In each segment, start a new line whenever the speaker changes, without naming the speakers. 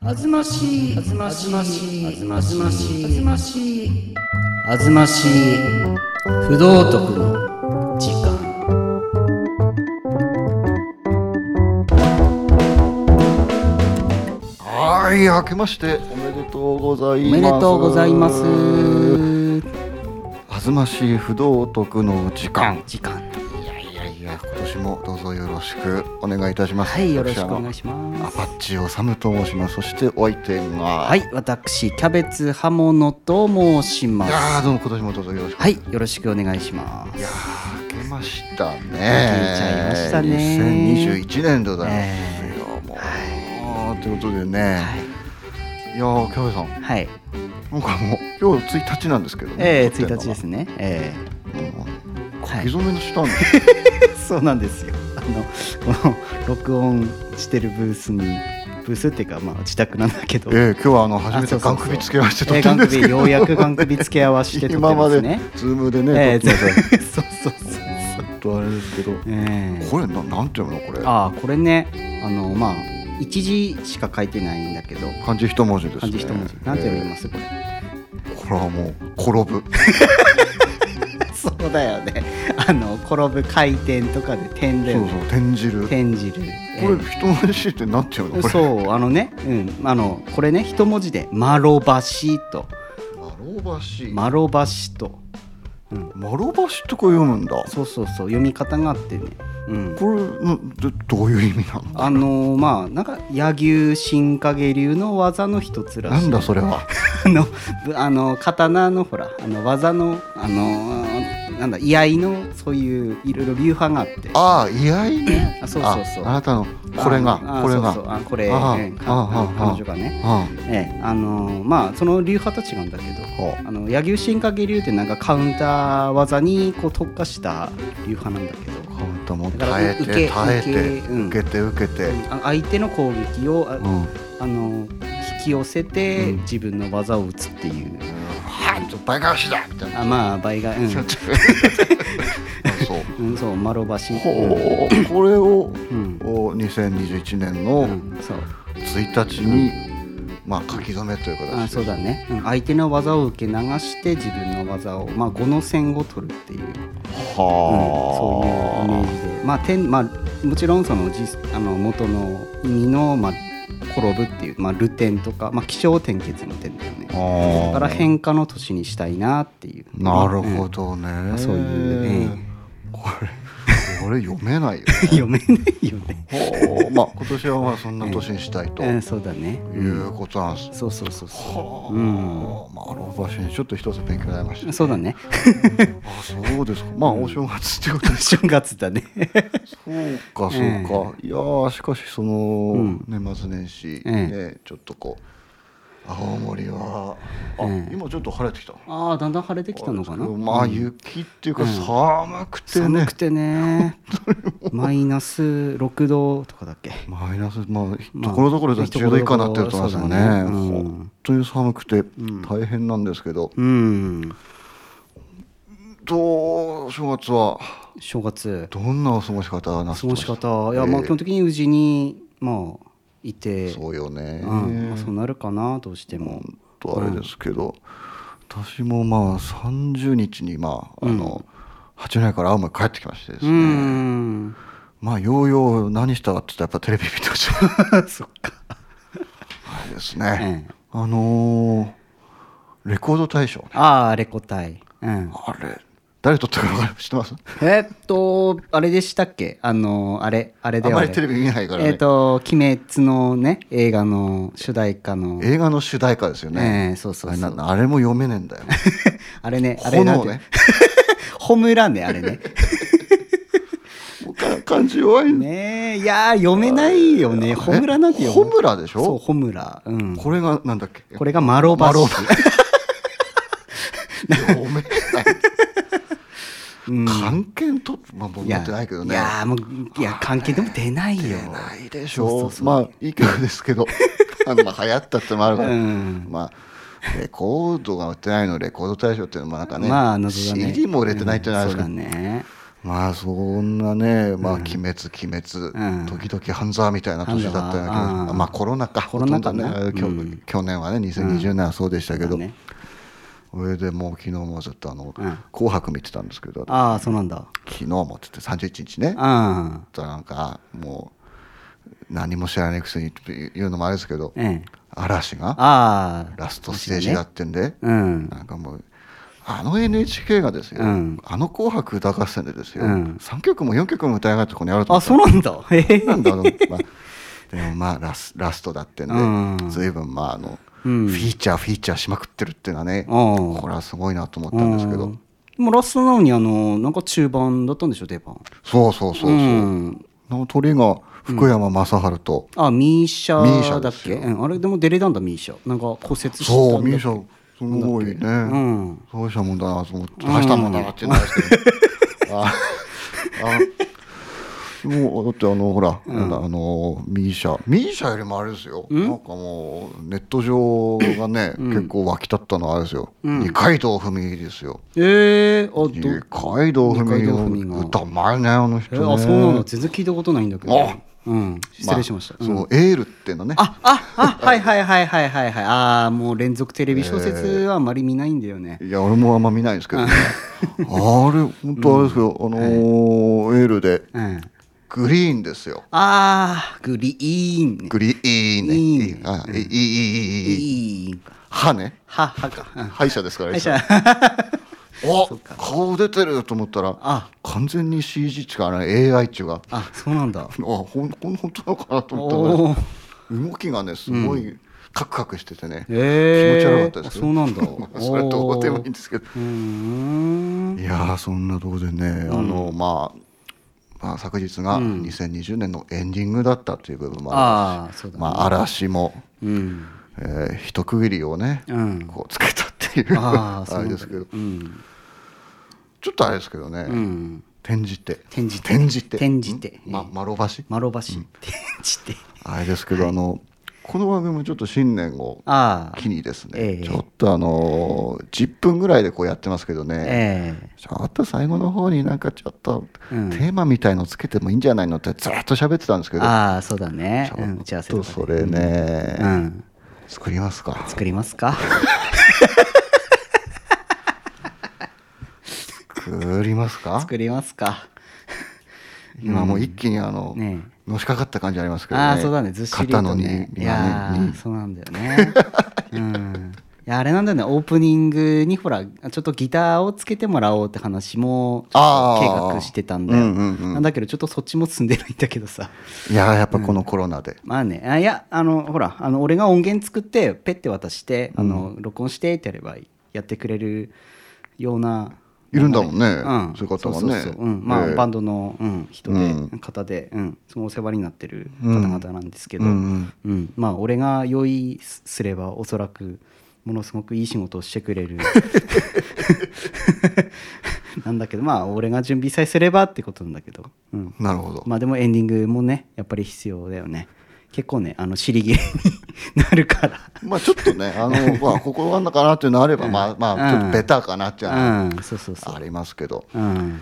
あずましい、あずましい、あずましい、あずましい、あずましい、不道徳の時間。
はい、明けましておめでとうござい
お
ま
め
す。
でとうございます。
あずましい不道徳の時間。
時間。
いやいやいや、今年もどうぞよろしくお願いいたします。
はい、よろしくお
私
願いし
あの
ま
ア
す。
パッチオサムと申します。そしてお相手が。。
はいい、私、キャベツ刃物と申しま
い
す。
やー、
は
どうも今年もどうぞよろしく。
い、よろしくお願いします。
いやー、明けましたね。明
けちゃいましたね
2021年でございますよ。もう、ということでね。、
はい
やー、キャベさん、
い、はい、
なんかもう今日1日なんですけど、。
ええ1日ですすね。ええ
うん書
はい
き初めにしたんです。
そうなんですよ。あのこの録音してるブースにブースっていうかまあ自宅なんだけど、
ええ今日はあの初め
あそ
て
うそうそう
眼首つけ合わせて
えー
撮った
ガ
ん
ン
で
首
すけど、
ようやくガン首付け合わせて撮って
今ま
ま
です
ね。
ズームで
え
ね、
ー
撮ってた
そうそうそう。
ちょっとあれですけど、
えー
これななんていうのこれ、
ああこれねあのまあ一字しか書いてないんだけど
漢字一文字ですね。。
漢字一文字なんて読みますすこれ。
これはもう転ぶ。
そうだよね。あの転ぶ回転とかで点だ
そ
よ
う
ね
そう転じる。こ
転じる。え
れ
ー
一文字ってなんていうのこれ。
そうあのね、うん、あのこれね一文字で「まろばし」と
マロ
「
バシ。
まろばし」と
マロバシとか読むんだ。
そうそうそう読み方があってね、うん、
これうんどどういう意味なの。
あのーまあなんか柳生新影流の技の一つら
な
し
ん
い
だそれは。
あのぶあの刀のほらあの技のあのーなんだ居合のそういういろいろ流派があって
ああ居合ね。
あそうそうそう
ああなたのこれ
あ
が
あ
これ
そうそう
が。
あこれ
ああ
ええか
ああああ
彼女がね
うん。
ええあのーまあその流派と違うんだけど
ほう
あの柳生新影流ってなんかカウンター技にこう特化した流派なんだけど
カウントも
だから
耐え
受け
て耐えて
受けうん
受けて受けて、
あ相手の攻撃をあ,、
うん、
あの引き寄せて
うん
自分の技を打つっていう、
はい、ちょっと倍返しだみたいな。
あまあ倍がうん、
そうそう。
うん、そうまろばしう
ほうこれを
ん、
お2021年
う
の
ん、そう
1日に、まあ書き初めという
あ
形
そう
で。
だね、うん、相手の技を受け流して自分の技を、まあ、5の線を取るっていう、うん、そういうイメ
は
ージで、まあ天まあ、もちろんそのじあの元の意味の、まあ、転ぶっていう、まあ、ルテンとか、まあ、気象転結の点だよね
あ。あ
だ
あ
から変化の年にしたいなっていう、
なるほど
う
ね。
んそういうね
これこれ読 めないよ。
読めないよね。
ほうまあ今年はまあそんな年にしたいと
う
い
ん、そうだね。
うことなんです。
そうそうそうそ
はあ、
うん
まああの場所にちょっと一つ勉強になりまし た
う。。そうだ ね。
あそうですか。まあお正月ってことで
正月だね。
そうかそうか、
え
いやーしかしその、
ん
年末年始、
ええ
ねちょっとこう青森はあ、
ええ
今ちょっと晴れてきた
ああ、だんだん晴れてきたのかな。
まあ
うん
雪っていうか
うん
寒くてね
寒、くてね。マイナス六度とかだっけ。
マイナスまあ
まあ
ところどころで10度以下になってると思いますよね,、
そうだねうん
本当に寒くて大変なんですけど、
うん。
どう正月は
正月。
どんなお過ごし方がな
過
さって
ご
ま
し
した
方、いや、まあ、
ええ
基本的にうちに、まあ、いて。
そうよね、
うん、まあそうなるかな、どうしても。
とあれですけど、私もまあ30日にまああの、八戸から青森帰ってきましてです
う
ね、
ん。
まあようよう何したかって言ったらやっぱテレビ見てまし た
そっか。
はいですね、
ええ
あのーレコード大賞ね
ああ、レコ大。うん。
あれ誰撮ったか分かる知ってます
えーっと、あれでしたっけあの、あれ、あれ
あ
で
ん
は
ま
あれ
りテレビ見ないから
え
ね、
ーっと、鬼滅のね、映画の主題歌の。
映画の主題歌ですよね、
ええそうそう
あれ
そ
な
う。
あれも読めねえ んだよ
あれね、あれなん
炎
て
ね。
ホムランね、あれね。
もうか感じ弱いんだ
ねえ、いやー、読めないよね。ホムラなんて読
ホ
む。
ムラでし
そう、
ょ
ホムラ。うん。
これがなんだっけ
これがマロバシ。
マロバ 読めない
うん
関係と、まあ、僕
い
持
や、
ってないけど
い
ね。
やー、もう、いや、関係でも出ないよ。
ないでし
そ
ょ
うそう
う
そう
まあ、いい曲ですけど、 あのまあ流行ったってのもあるから、
うん
まあ、レコードが売ってないの、レコード大賞っていうのもなんかね、
まあ、謎だね。
CD も売れてないっていうのはあ
うん
る
そ
ん
う
で
だ
すけど、
ね。
まあそんなね、まあ、鬼滅、鬼滅、
うん
時々半沢みたいな年だったような気が
半沢あー
まあコロナか、
コロナ禍ね
ほとんどね、去
うん
去年はね、2020年はそうでしたけど、
ね
それでもう昨日もずっとあの、
うん
紅白見てたんですけど、
ああそうなんだ
昨日もって言って31日ね、
あ
となんかもう何も知らないくせにって言うのもあれですけど、
あええ
嵐が
ああ
ラストステージだってんで、
うん
なんかもうあの NHK がですよ、
うん
あの「紅白歌合戦」でですよ、
うん
3曲も4曲も歌い上がってここにあると思
あ
った
そうなんだへえ
なんだろう、まあ、でもまあラスラストだってん
う
で
ん
随分まああの、
うん
フィーチャーフィーチャーしまくってるっていうのはね
うん
これはすごい なと思ったんですけ
う
ど
んでもラストなのにあのなんか中盤だったんでしょ出番
そうそうそうそう、
ん
の鳥が福山雅治と、
あミーシ
ミーシ
ャ
ャ
だ
で
っ
す
け、
よ
うん、あれでも出れたんだミーシャなんか骨折してたんだっけ
そうミューシャすごいね、
うん
そうしたもんだなと思って大したもんだなって言うんですけど、 ああもうだってあのほら、なんだあのミーシャミーシャよりもあれですよ、なんかもうネット上がね、結構沸き立ったのはあれですよ、二階堂ふみですよ
えー、あど
二階堂ふ
二階堂ふ
み
みが
の歌うまいねあの人
え
ね、
ー、あそうなんだ全然聞いたことないんだけど
あ
うん失礼しました、
あ
うん
そうエールっていうのね
あああはいはいはいはいはいはいああもう連続テレビ小説はあまり見ないんだよね、
いや俺もあんま見ないんですけどねあれ本当あれですけど、あのーエールで
うん
グリーンですよ
ああグリーンね
グリーンね。
いいね
いいあいいいいいいいい
いいんか
歯ね。
ははかうん
歯医者ですから。
歯医者
あいつらお顔出てると思ったら
あ
完全に CG っちゅうかね AI っちゅうかあ
あそうなんだ
ほんほん本当なのかなと思
お
っ
お
たら動きがねすごいカクカクしててね、
えー、
気持ち悪かったです
あそうなんだ
それはどうでもいいん
う
ですけど
ーん
いやーそんなとこでね、あのまあ、まあ昨日が2020年のエンディングだったという部分もあ
ああそう
る、
だ、
まあ嵐も
うん
えー、一区切りをね、
うん
こうつけたっていう
あ
あ
あそう
れ
なん
で
だ
すけど
うん
ちょっとあれですけどね、
うん
転じて
転じて
転じて
転じて
んま丸橋
丸橋ってちって
あれですけど、あのこの番組もちょっと新年を
ああ
機にですね、
ええ
ちょっとあのー10分ぐらいでこうやってますけどね、
ええ
ちょっと最後の方になんかちょっとテ
うん
ーマみたいのつけてもいいんじゃないのってずっと喋ってたんですけど、
ああそうだね、うん、打
ち
ち合
ょ
わ
っ
せと
と
かで
それね、
うん
作りますか
作りますか
作りますか
作りますか
今もう一気にあの、
ね
のしかかった感じありますけどね。
ああそうだねずっしりと、ね、
肩のに、
い
に
やーそうなんだよ ねうんいやあれなんだよねオープニングにほらちょっとギターをつけてもらおうって話もちょっと計画してたんだよ、
あーうんうんうん
なんだけどちょっとそっちも進んでないんだけどさ
いやーやっぱこのコロナで。
まあねあいやあのほらあの俺が音源作ってペッて渡してあの、録音してってやればやってくれるようない
るんだもんね
うん、
そういう方は
そう
ね
そうそううんまあ
ええ
バンドの、うん、人で、
うん
方で、うん、そのお世話になってる方々なんですけど、
う
うんん
うん
まあ俺が用意すすればおそらくものすごくいい仕事をしてくれ る なんだけどまあ俺が準備さえすればってことなんだけど、うん、
なるほど。
まあでもエンディングもねやっぱり必要だよね結構ねあの尻切れになるから
まあちょっとね、あの、 まあ、心があんのかなっていうのあれば、まあ、まあ、ちょっとベターかなっていうのは
うんそうそうそう
ありますけど。
うん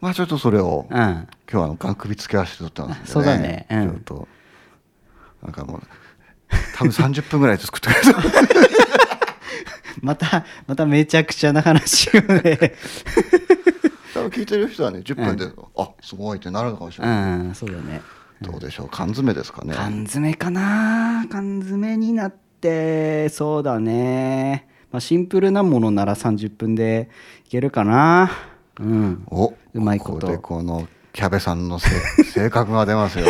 まあ、ちょっとそれを、今
うん
日はあの、かん首つけ足で撮ってますんで、ね。
そうだねうん
ちょっと。なんかもう。多分三十分ぐらいで作ってくれた。
またまためちゃくちゃな話をね
多分聞いてる人はね、十分で、あ、すごいってなるのかもしれ
う
ない。
んそうだね
どうでしょう、缶詰ですかね。
缶詰かな缶詰になってそうだねまあシンプルなものなら30分でいけるかなうん
お
うまいこと
ここでこのキャベさんのせ 性格が出ますよ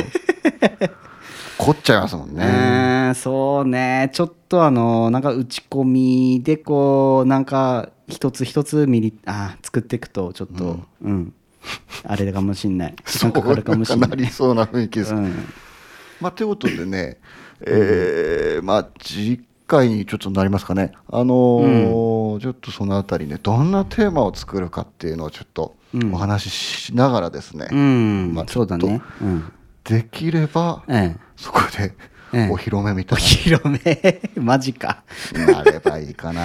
凝っちゃいますもん
う
ね
ーんそうねちょっとあのなんか打ち込みでこうなんか一つ一つミリあー作っていくとちょっとうん、あれかもしん ない時間かかるかもしん
な
ない
りそうな雰囲気です、
うん
まあということでねえーまあ次回にちょっとなりますかねあのーちょっとそのあたりねどんなテーマを作るかっていうのをちょっと
うん
お話ししながらですね、
うん、
まあち
そ
ょっ
う
と
だねうん
できれば
ええ
そこで
ええ
お披露目み
お
たい
披露目 マジか
なのになればいいかな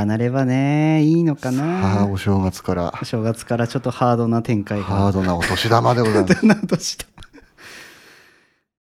ああなればねいいのか
ああ
な
お正月から
正月からちょっとハードな展開が
ハードなお年玉でございま す
なとした